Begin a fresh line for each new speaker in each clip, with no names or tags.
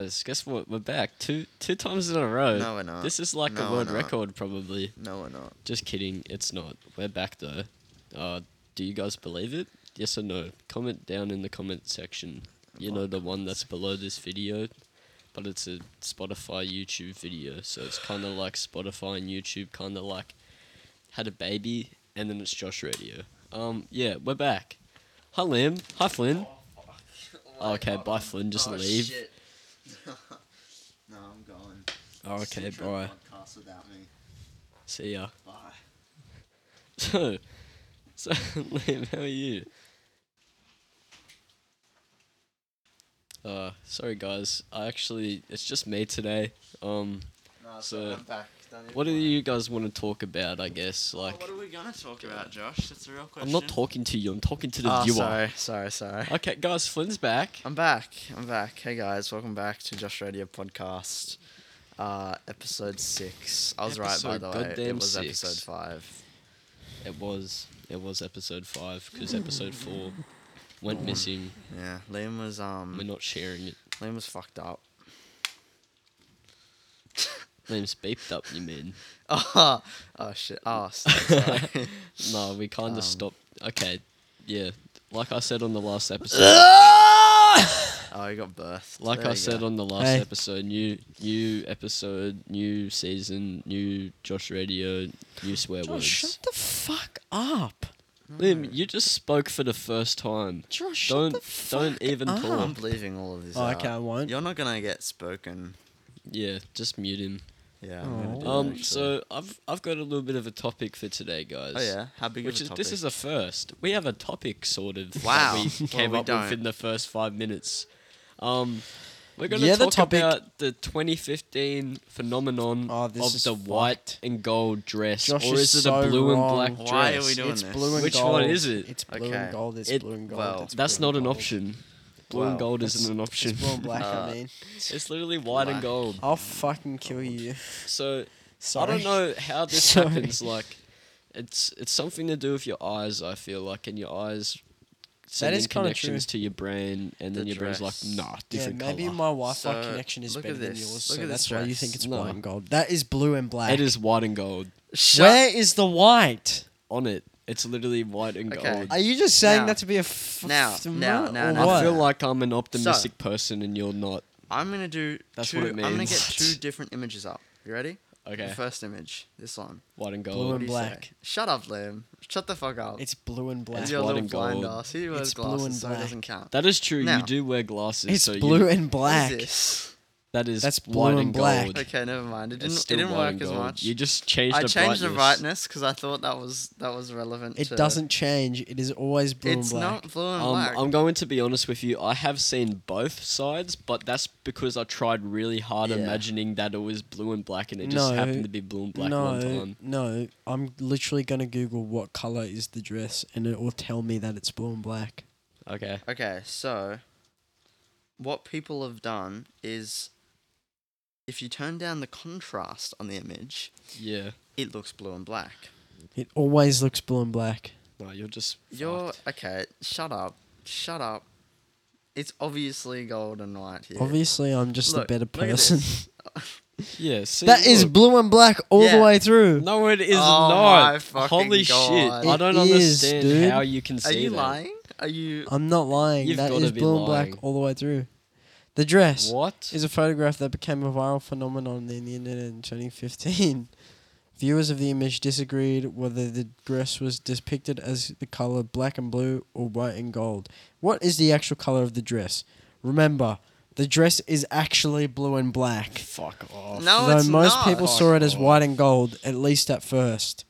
guys, guess what? We're back two two times in a row.
No, we're not.
This is like
No,
a
we're
world
not.
record, probably.
No, we're not.
Just kidding. It's not. We're back though. Uh, do you guys believe it? Yes or no? Comment down in the comment section. You know the one that's below this video, but it's a Spotify YouTube video, so it's kind of like Spotify and YouTube, kind of like had a baby, and then it's Josh Radio. Um, yeah, we're back. Hi Liam. Hi Flynn. Oh, okay, bye Flynn. Just
Oh,
leave.
shit. no, I'm going.
Oh, okay,
Just do a
bye.
podcast without me.
See ya.
Bye.
So, so Liam, how are you? Uh, sorry guys. I actually, it's just me today. Um,
No,
So,
so I'm back. Don't even
what do
worry.
you guys want to talk about? I guess
Well,
like
what are we gonna talk about, Josh? That's a real question.
I'm not talking to you. I'm talking to the
Oh,
viewer.
sorry, sorry, sorry.
Okay, guys, Flynn's back.
I'm back. I'm back. Hey guys, welcome back to Josh Radio Podcast, uh, episode six. I was right by
Episode
the way. It
goddamn
was
six.
episode five.
It was it was episode five because episode four went missing.
Yeah, Liam was
We're
um,
not sharing it.
Liam was fucked up.
Liam's beeped up. You mean?
oh, oh shit. Oh, so sorry.
No, we kind of
Um,
stopped. Okay, yeah. Like I said on the last episode.
talking.
oh, he got birthed.
Like
There
I
you
said
go.
on the last
Hey.
episode, new new episode, new season, new Josh Radio, new swear
Josh,
words.
shut the fuck up,
Liam, you just spoke for the first time.
Josh.
don't
shut the
don't
fuck
even
up.
talk.
I'm bleeding all of this.
Oh,
out.
okay, I won't.
You're not gonna get spoken.
Yeah, just mute him.
Yeah. I'm gonna do that,
Um,
actually.
so I've I've got a little bit of a topic for today, guys.
Oh yeah. How big
Which
of
is
a
this is a first. We have a topic sort of
Wow.
that we
Well,
came
we
up
don't.
with in the first five minutes. Um, we're going to
Yeah, the
talk
topic-
about the 2015 phenomenon
Oh, this
of
is
the white and gold dress,
Josh
or is
is
it
so
a blue
wrong.
and black dress?
Why are we doing
It's
this?
blue and
Which
gold.
one is it?
It's blue
Okay.
and gold. It's
It-
blue and gold.
well,
it's
That's
blue
not
and
an
gold.
option. Blue and
Wow.
gold isn't an
It's
option.
blue and black.
Uh,
I mean,
It's literally white and
Black.
gold.
I'll fucking kill you.
So
Sorry.
I don't know how this
Sorry.
happens. Like, it's it's something to do with your eyes. I feel like, and your eyes sending
is kinda
connections to your brain, and
The
then your brain's
dress.
like, nah,
Yeah,
different
maybe
color.
my Wi-Fi
So,
connection is
look at
better than
this.
yours,
Look
so
at
that's
this
why you
dress.
think it's
No.
blue and gold. That is blue and black.
It is white and gold
Shut
Where is the white?
on it. It's literally white and
Okay.
gold.
Are you just saying
Now.
that to be a f-
Now,
f-
now,
or
now, now.
I
what?
feel like I'm an optimistic person, and you're not.
I'm gonna do.
That's
two,
what it
I'm gonna get
means.
two different images up. You ready?
Okay,
The first image. This one.
white and
Blue
gold.
What
and
do you say?
black.
Shut up, Liam. Shut the fuck up.
it's blue and
It's
black.
It's
your
white
little
and
blind
gold.
ass. He wears
It's blue
glasses,
and
so it
black.
doesn't count.
that is true.
Now.
You do wear glasses.
It's
so you-
blue and black.
What is this?
That is
That's blue
white
and
and
black.
gold.
Okay, never mind.
It's
It didn't. It
still
didn't
white and
work as
gold.
much.
You just changed
I
the
changed the
brightness.
brightness because I thought that was that was relevant.
It
to-
doesn't change. It is always blue
It's
and black.
not blue and
Um,
black.
I'm going to be honest with you. I have seen both sides, but that's because I tried really hard
Yeah. imagining
imagining that it was blue and black, and it
just
just
No, happened
happened
to
to be blue and black
no,
one time.
no. I'm literally gonna Google what color is the dress, and it will tell me that it's blue and black.
Okay.
Okay, so what people have done is if you turn down the contrast on the image,
Yeah.
it looks blue and black.
It always looks blue and black.
No, you're just.
You're
fucked.
okay, shut up. Shut up. It's obviously gold and white here.
Obviously, I'm just
Look,
a better
look at
person.
Yeah. See,
that is
look.
blue and black all
Yeah.
the way through.
No, it is
Oh my
not.
fucking
Holy
God.
shit! I
It
don't
is,
understand
dude.
how you can see
Are you
that.
lying? Are you
I'm not lying.
You've
that
gotta
is
be
blue and
lying.
black all the way through. The dress
What?
is a photograph that became a viral phenomenon in the internet in 2015. Viewers of the image disagreed whether the dress was depicted as the color black and blue or white and gold. What is the actual color of the dress? Remember, the dress is actually blue and black.
Fuck off.
No,
Though
it's
most
not.
people saw it as white and gold, at least at first.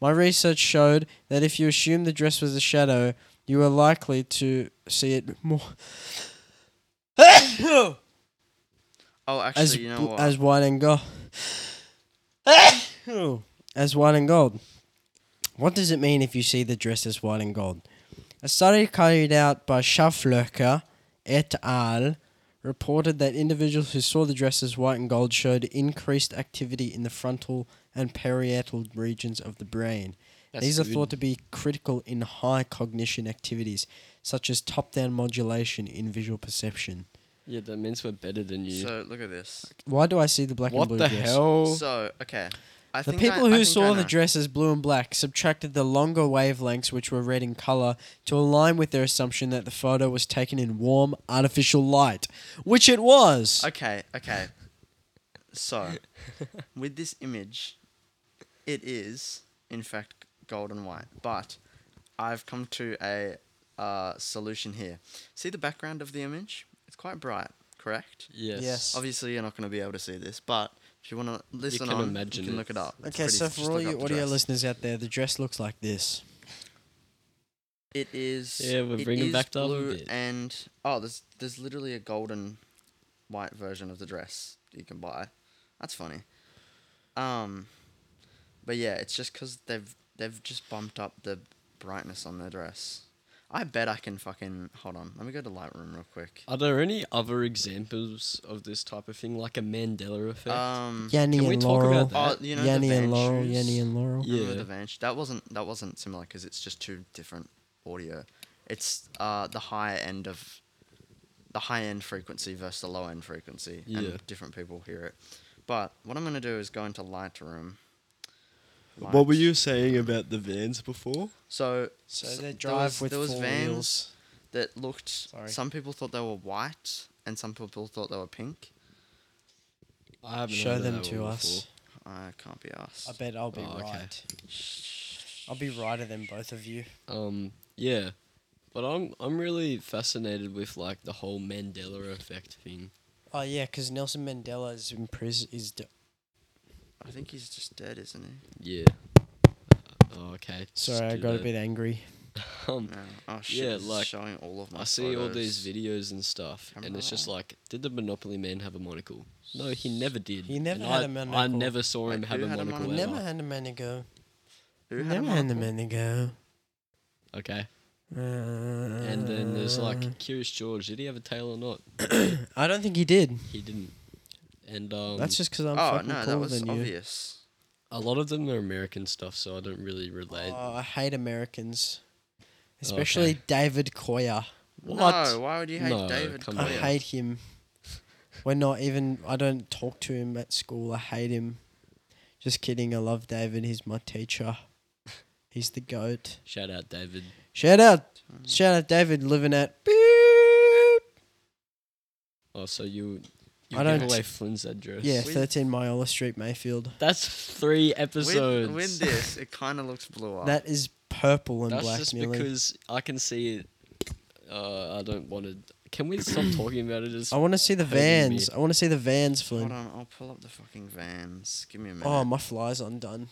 My research showed that if you assume the dress was a shadow, you are likely to see it more
Oh, actually,
as
you know
bl-
what?
as white and gold. as white and gold. What does it mean if you see the dress as white and gold? A study carried out by Schafflerker et al. reported that individuals who saw the dress as white and gold showed increased activity in the frontal and parietal regions of the brain.
That's
These are
good.
thought to be critical in high cognition activities, such as top down modulation in visual perception.
Yeah, that means we're better than you.
So look at this.
Why do I see the black
what
and blue
the
dress?
hell?
So okay, I
The
think I,
people
I
who
think I
saw the
know.
dress as blue and black subtracted the longer wavelengths, which were red in color, to align with their assumption that the photo was taken in warm, artificial light, which it was.
Okay, okay. So, with this image, it is in fact gold and white, but I've come to a uh, solution here. See the background of the image? It's quite bright, correct?
yes.
Yes.
Obviously, you're not going to be able to see this, but if you want to listen
can
on,
imagine
you can
it.
look it up. It's
Okay,
pretty-
so
just
for all
look
you
up the
audio
dress.
listeners out there, the dress looks like this.
It is.
Yeah, we're
it
bringing
is
back the other
blue
bit.
And oh, there's there's literally a golden, white version of the dress that you can buy. That's funny. Um, but yeah, it's just because they've they've just bumped up the brightness on their dress. I bet I can fucking hold on. Let me go to Lightroom real quick.
Are there any other examples of this type of thing, like a Mandela effect?
Um,
Yanni
Can we
and
talk about
Laurel.
that?
oh, you know
Yanni
the
and
Van
Laurel.
shoes?
Yanni and Laurel.
Yeah.
Remember the van sh- That wasn't that wasn't similar because it's just two different audio. It's uh the high end of the high end frequency versus the low end frequency,
Yeah.
and different people hear it. But what I'm gonna do is go into Lightroom.
what were
Light.
you saying about the vans before?
So
So
s-
they
there
drive
was-
with
there was
four
vans
wheels.
that looked. Some people thought they were white, and some people thought they were pink.
I haven't
Show
heard of
them
that
to
one
us.
I can't be asked.
I bet I'll be
Oh, okay.
right. I'll be righter than both of you.
before. Um, yeah, but I'm I'm really fascinated with like the whole Mandela effect thing.
Oh yeah, because Nelson Mandela is in prison. Is d-
I think he's just dead, isn't he?
Yeah. Oh, okay.
sorry, I
Just do
got a
that.
bit angry.
Um,
No. Oh shit!
Yeah,
this is
like,
showing all of my.
I see all these
photos.
videos and stuff, and it's just
Camera.
like, did the Monopoly man have a monocle? No, he never did.
He never
and I-
had a
I
monocle.
never saw him
Wait,
have
who
a
had a
monocle.
monocle?
ever.
Never had a man to go.
Who had a
Never had a
monocle?
man to go.
Okay.
And Uh,
And then there's like Curious George. Did he have a tail or not?
I don't think he did.
He didn't. And um,
That's just because I'm
oh
fucking
no,
cooler
that was
than you.
obvious.
a lot of them are American stuff, so I don't really relate.
Oh, I hate Americans, especially David Coyer.
No, why would you hate
No,
David
come
come
I
on.
hate him. We're not even. I don't talk to him at school. I hate him. Just kidding. I love David. He's my teacher. He's the goat.
Shout out David.
Shout out, shout out, David. Living at. Beep.
Oh, so you you
I
give
don't-
away Flynn's address?
Yeah,
With-
thirteen Myola Street, Mayfield.
That's three episodes.
With, with this, it kind of looks blue up.
That is purple and
That's
black.
just
Nearly.
because I can see it. Uh, I don't want to. Can we stop talking about it? As
I want to see the
hurting me.
vans. I want to see the vans,
Hold
Flynn.
on, I'll pull up the fucking vans. Give me a minute.
Oh, my fly's undone.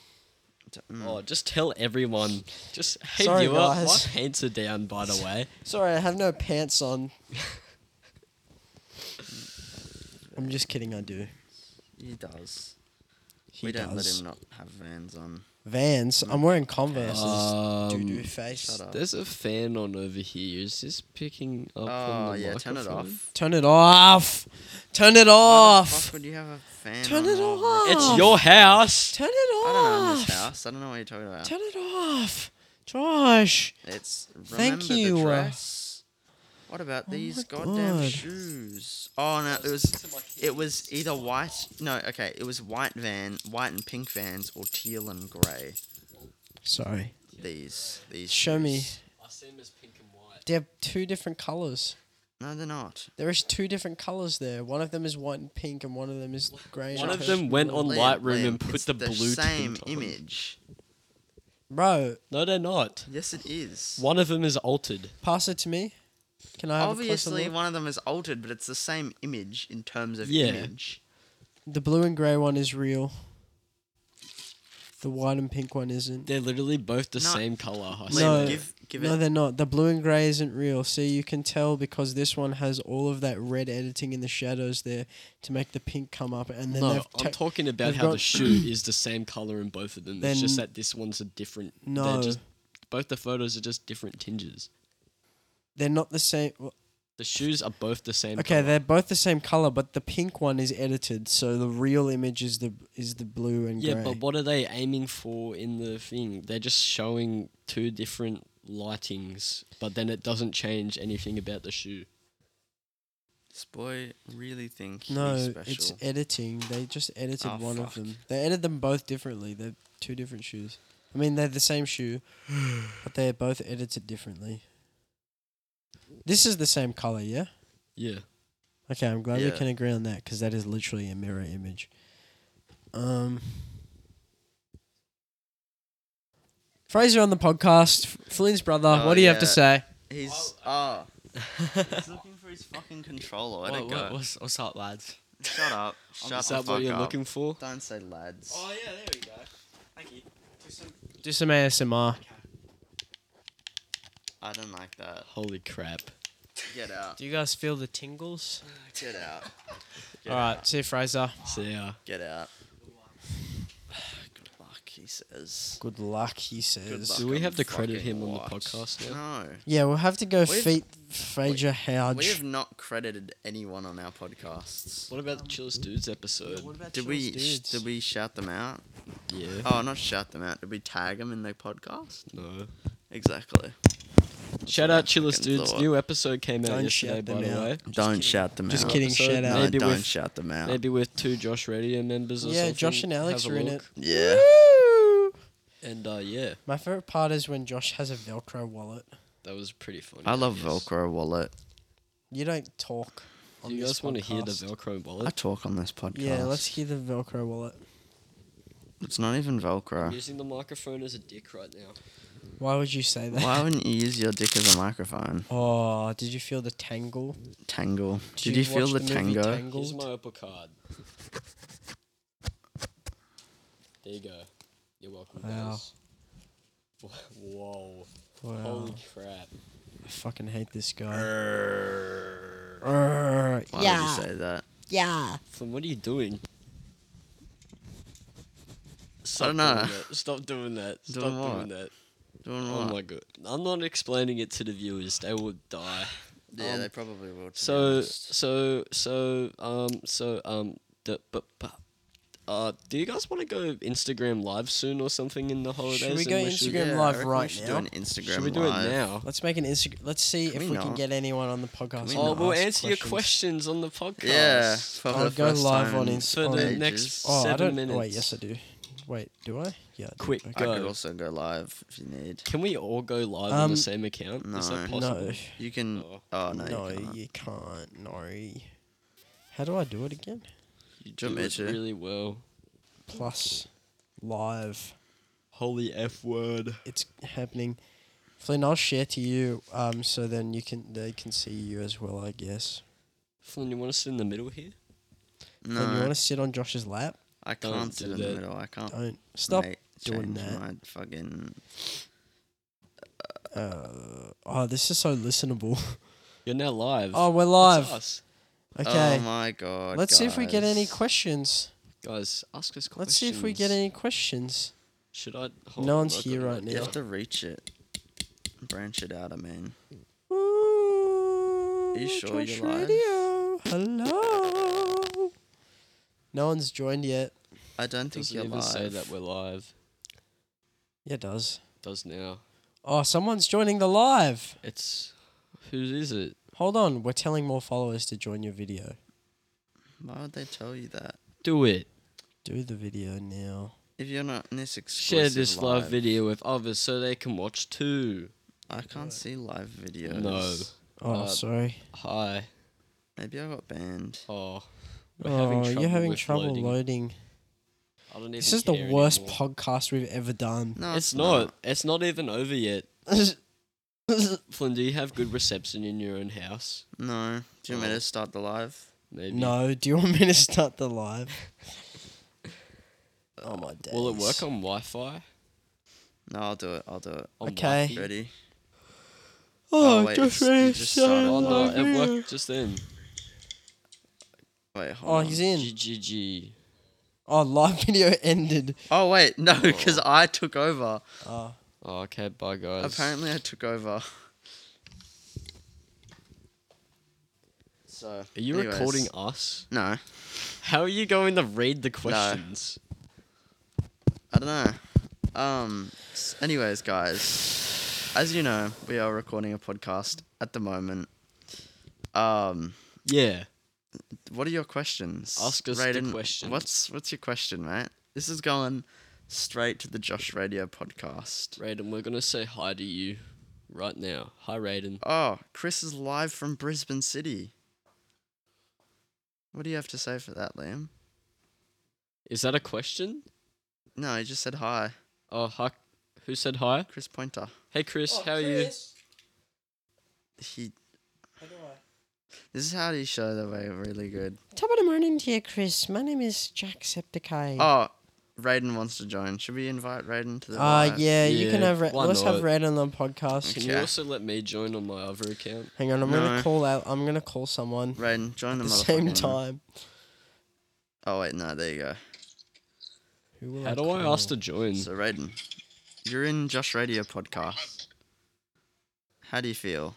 D- mm.
Oh, just tell everyone. Just hey,
Sorry,
you up. My
guys.
pants are down, by the way.
Sorry, I have no pants on. I'm just kidding. I do.
he does.
He
we don't let
does.
him not have vans on.
Vans. I'm wearing Converse. Doo doo
Um,
face.
Shut up.
there's a fan on over here. Is this picking up? on
Oh
the
yeah, turn it
microphone?
off.
Turn it off. Turn it
Why the
off.
fuck would you have a fan?
Turn
on
it
over-
off.
It's your house.
Turn it
I don't know in this
off.
house. I don't know what you're talking about.
Turn it off. Josh.
It's remember
Thank you,
the
uh, oh
dress. What about these goddamn
God.
shoes? Oh no, it was it was either white. No, okay, it was white van, white and pink vans, or teal and grey.
Sorry.
These these.
Show me.
shoes.
I see him as pink and white.
They have two different colors.
No, they're not.
There is two different colors there. One of them is white and pink, and one of them is grey. and
One of
purple.
them went on
Liam,
Lightroom
Liam,
and put
it's
the,
the
blue
same
tint on.
image.
Bro,
No, they're not.
Yes, it is.
One of them is altered.
pass it to me. Can I have a
Obviously,
closer look?
one of them is altered, but it's the same image in terms of
Yeah.
image.
The blue and grey one is real. The white and pink one isn't.
They're literally both the
No.
same color. I
Liam,
swear.
No.
give give
no,
it.
they're not. The blue and grey isn't real. See, you can tell because this one has all of that red editing in the shadows there to make the pink come up, and then
No,
they've
I'm
ta-
talking about
they've
how the
got-
shoe is the same color in both of them. it's just
Then-
that this one's a different. they're
No.
just- both the photos are just different tinges.
they're not the same. well,
The shoes are both the same.
Okay,
colour.
they're both the same color, but the pink one is edited, so the real image is the is the blue and
Yeah,
grey.
but what are they aiming for in the thing? They're just showing two different lightings, but then it doesn't change anything about the shoe.
This boy really think he's
No,
special.
it's editing. They just edited
Oh,
one
fuck.
of them. They edited them both differently. They're two different shoes. I mean, they're the same shoe, but they're both edited differently. This is the same color, yeah?
Yeah.
Okay, I'm glad we
Yeah.
can agree on that because that is literally a mirror image. Um, Fraser on the podcast, Flynn's brother.
Oh,
what do you have to
yeah.
say?
He's oh, he's
What's
looking for his fucking controller. Where'd it go?
what, what's, what's up, lads?
Shut up. Shut
Is
the
that what
fuck
you're
up.
looking for?
Don't say lads.
Oh,
yeah, there we go. Thank you.
Do some ASMR.
I don't like that.
Holy crap.
Get out.
Do you guys feel the tingles?
Get out.
All right, see you, Fraser.
See ya.
Get out. Good luck, he says.
Good luck, he says.
Good luck
Do we
on
have to credit
fucking
him on the
what?
podcast
No.
Yeah, we'll have to go
We've-
feet Fraser Howard.
We have not credited anyone on our podcasts.
What about the Chills Dudes episode?
Did we sh- did we shout them out?
Yeah.
Oh, not shout them out. Did we tag them in the podcast?
No.
Exactly.
Shout
what I
out Chillers
fucking
Dudes.
thought.
New episode came out
Don't
yesterday,
shout them
by the
out.
way.
don't shout them
Just
out.
kidding,
episode?
shout
No,
out.
Maybe
don't
with-
shout them out.
Maybe with two Josh Radio members or
Yeah,
something.
Josh and Alex
Have
are
a
in
look.
it.
Yeah.
And uh, yeah,
My favorite part is when Josh has a Velcro wallet.
that was pretty funny.
I love
guess.
Velcro wallet.
You don't talk. On
Do you
this
guys want to hear the
podcast.
Velcro
I
wallet?
talk on this podcast.
Yeah, let's hear the Velcro wallet.
It's not even
I'm
Velcro.
using the microphone as a dick right now.
Why would you say that?
Why wouldn't you use your dick as a microphone?
Oh, did you feel the tangle?
Tangle. Did, you feel
watch
the,
movie
tango?
Here's
Tangled?
my Opal card. There you go. You're welcome,
Wow.
guys. Whoa.
Wow,
Holy crap.
I fucking hate this guy. Err.
Why
Yeah.
would you say that?
Yeah.
Flynn, what are you doing? Stop
dunno.
Doing that. Stop doing that. Stop
Doing
doing,
what?
that.
Doing
Oh
what?
my god. I'm not explaining it to the viewers. They will die.
yeah,
um,
they probably will. to be
So
honest.
so so um so um d- but but uh do you guys want to go Instagram live soon or something in the holidays?
we
and
go
should-
Instagram
I
live
reckon we
right
should
now?
Do an Instagram
Should we do it
live.
now?
Let's make an Instagram. Let's see
Can
if
we
we can
not?
get anyone on the podcast.
we
and
Oh,
not?
we'll
ask
answer your
questions.
questions on the podcast.
Yeah. For
I'll
the
go
first
live
time
on
in
Insta-
For the
ages.
next-
Oh, I
Seven
don't. Oh, wait,
minutes.
yes, I do. Wait, do I? Yeah. I do.
Quick,
Okay.
I could
go.
also go live if you need.
Can we all go live on
Um,
the same account? Is that
no.
possible?
No,
You can.
Oh.
Oh no,
no,
you can't.
you can't. No. How do I do it again?
You
Jump
do it
into.
really well.
Plus, live.
Holy F word.
It's happening. Flynn, I'll share to you. Um, so then you can they can see you as well, I guess.
Flynn, you want to sit in the middle here?
Flynn, you want
No,
to sit on Josh's lap?
I
Don't
can't sit
do
in the
that.
middle. I can't.
Don't stop.
mate,
doing
change
that.
My fucking.
Uh, oh, this is so listenable.
You're now live.
oh, we're
That's
live.
us.
Okay.
Oh my god.
Let's see if we get any
guys.
questions.
Guys, ask us questions.
Let's see if we get any questions.
Should I? Hold
No
on,
one's
I've
here
got
right
You
now.
have to reach it. Branch it out, I mean.
Are
you sure you're live?
Radio. Hello. No one's joined yet.
I don't
Does
think
it
you're
even
live.
say that we're live?
Yeah, it does.
Does now?
Oh, someone's joining the live.
It's who is it?
Hold on, we're telling more followers to join your video.
Why would they tell you that?
Do it.
Do the video now.
If you're not in this exclusive
Share this
live,
live video with others so they can watch too.
I can't see live videos.
No.
Oh,
Uh,
sorry.
Hi.
Maybe I got banned.
Oh. We're having
Oh,
trouble
you're having
with
trouble loading.
loading. I don't even
This is the
care
worst
anymore.
podcast we've ever done.
No,
It's not. It's not even over yet. Flynn, do you have good reception in your own house?
No. Do you want me
Oh.
to start the live?
Maybe.
no, do you want me to start the live? oh my days.
Will it work on Wi-Fi?
No, I'll do it. I'll do it.
On
Okay.
Wi-Fi?
Ready?
Oh,
Oh, wait, it's-
just
you
ready to
just
start
started.
Oh
the
no,
live
it
video.
worked just then.
Wait, hold
Oh,
on.
he's in.
GGG.
Oh, live video ended.
Oh, wait. No, because I took over.
Oh,
Oh, okay, bye guys.
Apparently, I took over. So.
Are you
anyways.
recording us?
No.
How are you going to read the questions?
I don't know. Um. s- Anyways, guys, as you know, we are recording a podcast at the moment. Um,
Yeah.
What are your questions?
Ask us the
Raiden,
questions.
What's what's your question, mate? This is going straight to the Josh Radio podcast.
Raiden, we're going to say hi to you right now. Hi, Raiden.
Oh, Chris is live from Brisbane City. What do you have to say for that, Liam?
Is that a question?
No, he just said hi.
Oh, hi. Who said hi?
Chris Pointer.
Hey, Oh, Chris,
Oh,
how are
He. This is how he showed that we're really good.
Top of the morning to you, Chris. My name is Jacksepticeye.
Oh, Raiden wants to join. Should we invite Raiden to the
Uh,
live?
yeah, you can
Yeah,
have. Ra-
why
let's have
not?
Red on the
you?
podcast.
Can you
Okay.
also let me join on my other account?
Hang on, I'm
No.
gonna call out. I'm gonna call someone
Raiden, join the
at the same
motherfucking-
time.
Oh wait, no, there you go.
Who will
How do I
call?
ask to join?
So Raiden, you're in Josh Radio podcast. How do you feel?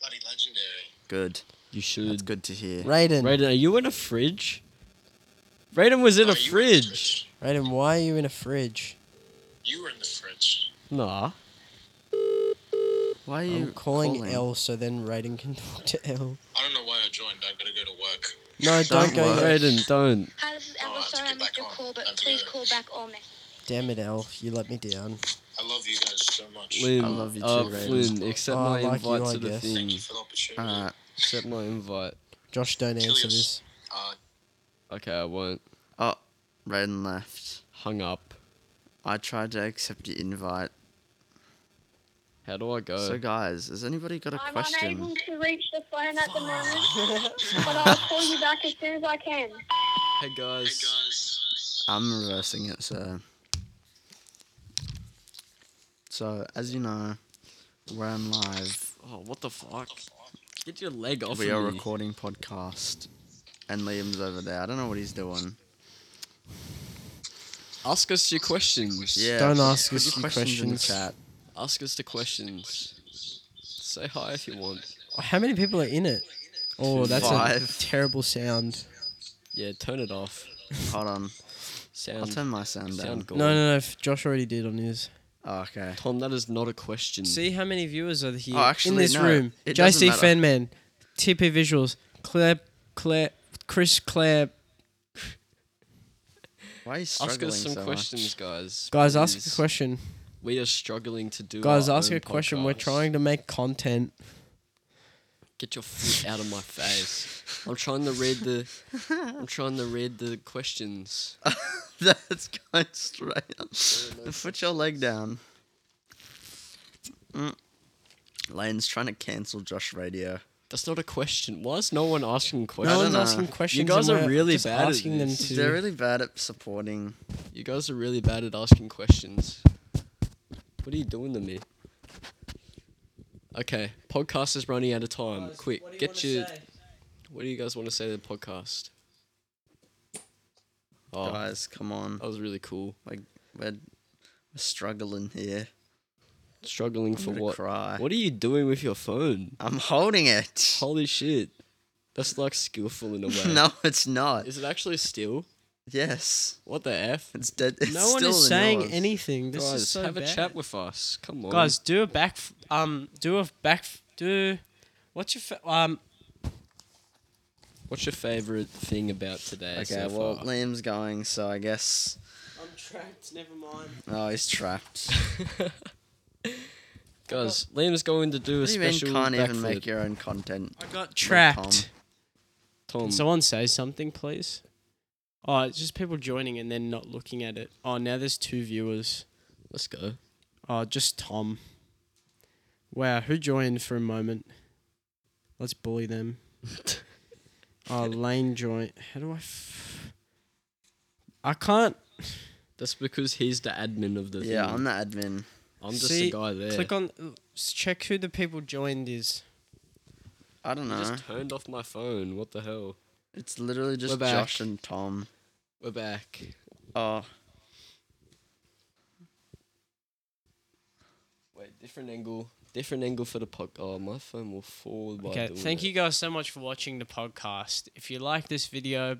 Bloody legendary.
Good.
You
It's
should.
good to hear.
Raiden? Raiden,
Raiden, are you in a fridge? Raiden was in a
Oh, you were in the
fridge.
fridge.
why are you in a fridge?
You were in the fridge.
Nah.
Why are you
I'm calling,
calling?
L so then Raiden can talk to L.
I don't know why I joined. I gotta go to work.
No, don't,
Don't
go.
worry.
Yet.
Raiden, don't.
Hi, this is
Oh,
Emma.
I have to
Sorry I
get back
missed your
on.
call, but
I have to
please
go.
call back on next.
Damn it, L. You let me down.
I love you guys so much.
Liam,
I love you
uh,
too, Raiden.
Flynn, accept
Oh, I
my
like you,
invite
I
to the
guess.
thing.
Thank you for the opportunity.
Alright.
Accept my invite.
Josh, don't answer this.
Julius. Uh,
Okay, I won't.
Oh, Raiden left.
Hung up.
I tried to accept your invite.
How do I go?
Oh.
So guys, has anybody got a
I'm unable
question?
to reach the phone at the moment, but I'll call you back as soon as I can.
hey
hey
guys.
guys.
I'm reversing it, so. So as you know, we're on live.
Oh, what the fuck? Get your leg off
we
of
are
me.
recording podcast, and Liam's over there. I don't know what he's doing.
Ask us your questions.
Yeah.
Don't
put-
ask
put
us
your
any
questions in the
questions.
chat.
Ask us the questions. Say hi if you want.
How many people are in it? Oh, that's
Five.
a terrible sound.
Yeah, turn it off.
Hold on, I'll
Sound.
turn my sound down.
sound gone.
No, no, no. f- Josh already did on his.
Oh, okay.
Tom, that is not a question.
See how many viewers are here
Oh, actually,
in this
no,
room.
it doesn't
JC
matter.
Fanman, TP Visuals, Claire, Claire, Chris, Claire.
Why are you struggling
Ask us some
so
questions, guys.
Guys, ask
please.
a question.
We are struggling to do.
Guys,
our
ask
own
a question. We're
podcast.
trying to make content.
Get your foot out of my face. I'm trying to read the. I'm trying to read the questions.
much? That's going straight. Up. Put your leg down. Mm. Lane's trying to cancel Josh Radio.
That's not a question. Why is no one asking
No
questions?
one's
know.
asking questions. and
guys are
we're
really
just
bad at
asking them
this.
to.
They're really bad at supporting.
You guys are really bad at asking questions. What are you doing to me? Okay, podcast is running out of time. Quick, get your. What do you guys want to say to the podcast? Oh,
Guys, come on.
that was really cool.
Like we're, we're struggling here.
Struggling
I'm
for
gonna
what?
cry.
What are you doing with your phone?
I'm holding it.
Holy shit. That's like skillful in a way.
no, it's not.
Is it actually still?
yes,
What the F?
it's dead. It's
No one
still
is
in
saying
yours.
anything. This
Guys,
is so
have
bad.
a chat with us. Come on.
Guys, do a back. f- Um, do a back. f- Do. What's your fa- um?
what's your favorite thing about today?
Okay,
so
well,
far?
Liam's going, so I guess.
I'm trapped. Never mind.
Oh, he's trapped.
Guys, Liam's going to do a
What do you mean
special
can't even
backflip.
make your own content?
I got
Tom.
trapped.
Tom,
Can someone say something, please? Oh, it's just people joining and then not looking at it. Oh, now there's two viewers.
let's go.
Oh, just Tom. Wow, who joined for a moment? Let's bully them. oh, Lane joined. How do I? F- I can't
That's because he's the admin of the
Yeah,
thing.
I'm the admin.
I'm just
See,
the guy there.
click on. s- Check who the people joined is.
I don't
You
know.
just turned off my phone. What the hell?
It's literally just
We're back.
Josh and Tom.
We're back.
Oh,
Wait, different angle. Different angle for the pod. Oh, my phone will fall. By
Okay,
doing
thank
that.
you guys so much for watching the podcast. If you like this video,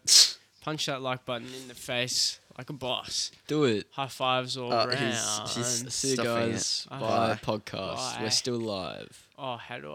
punch that like button in the face like a boss.
Do it.
High fives all
Oh,
around.
he's- he's-
See you
Stuffing it.
guys.
Bye.
Bye. Podcast.
Bye.
We're still live.
oh, how do I?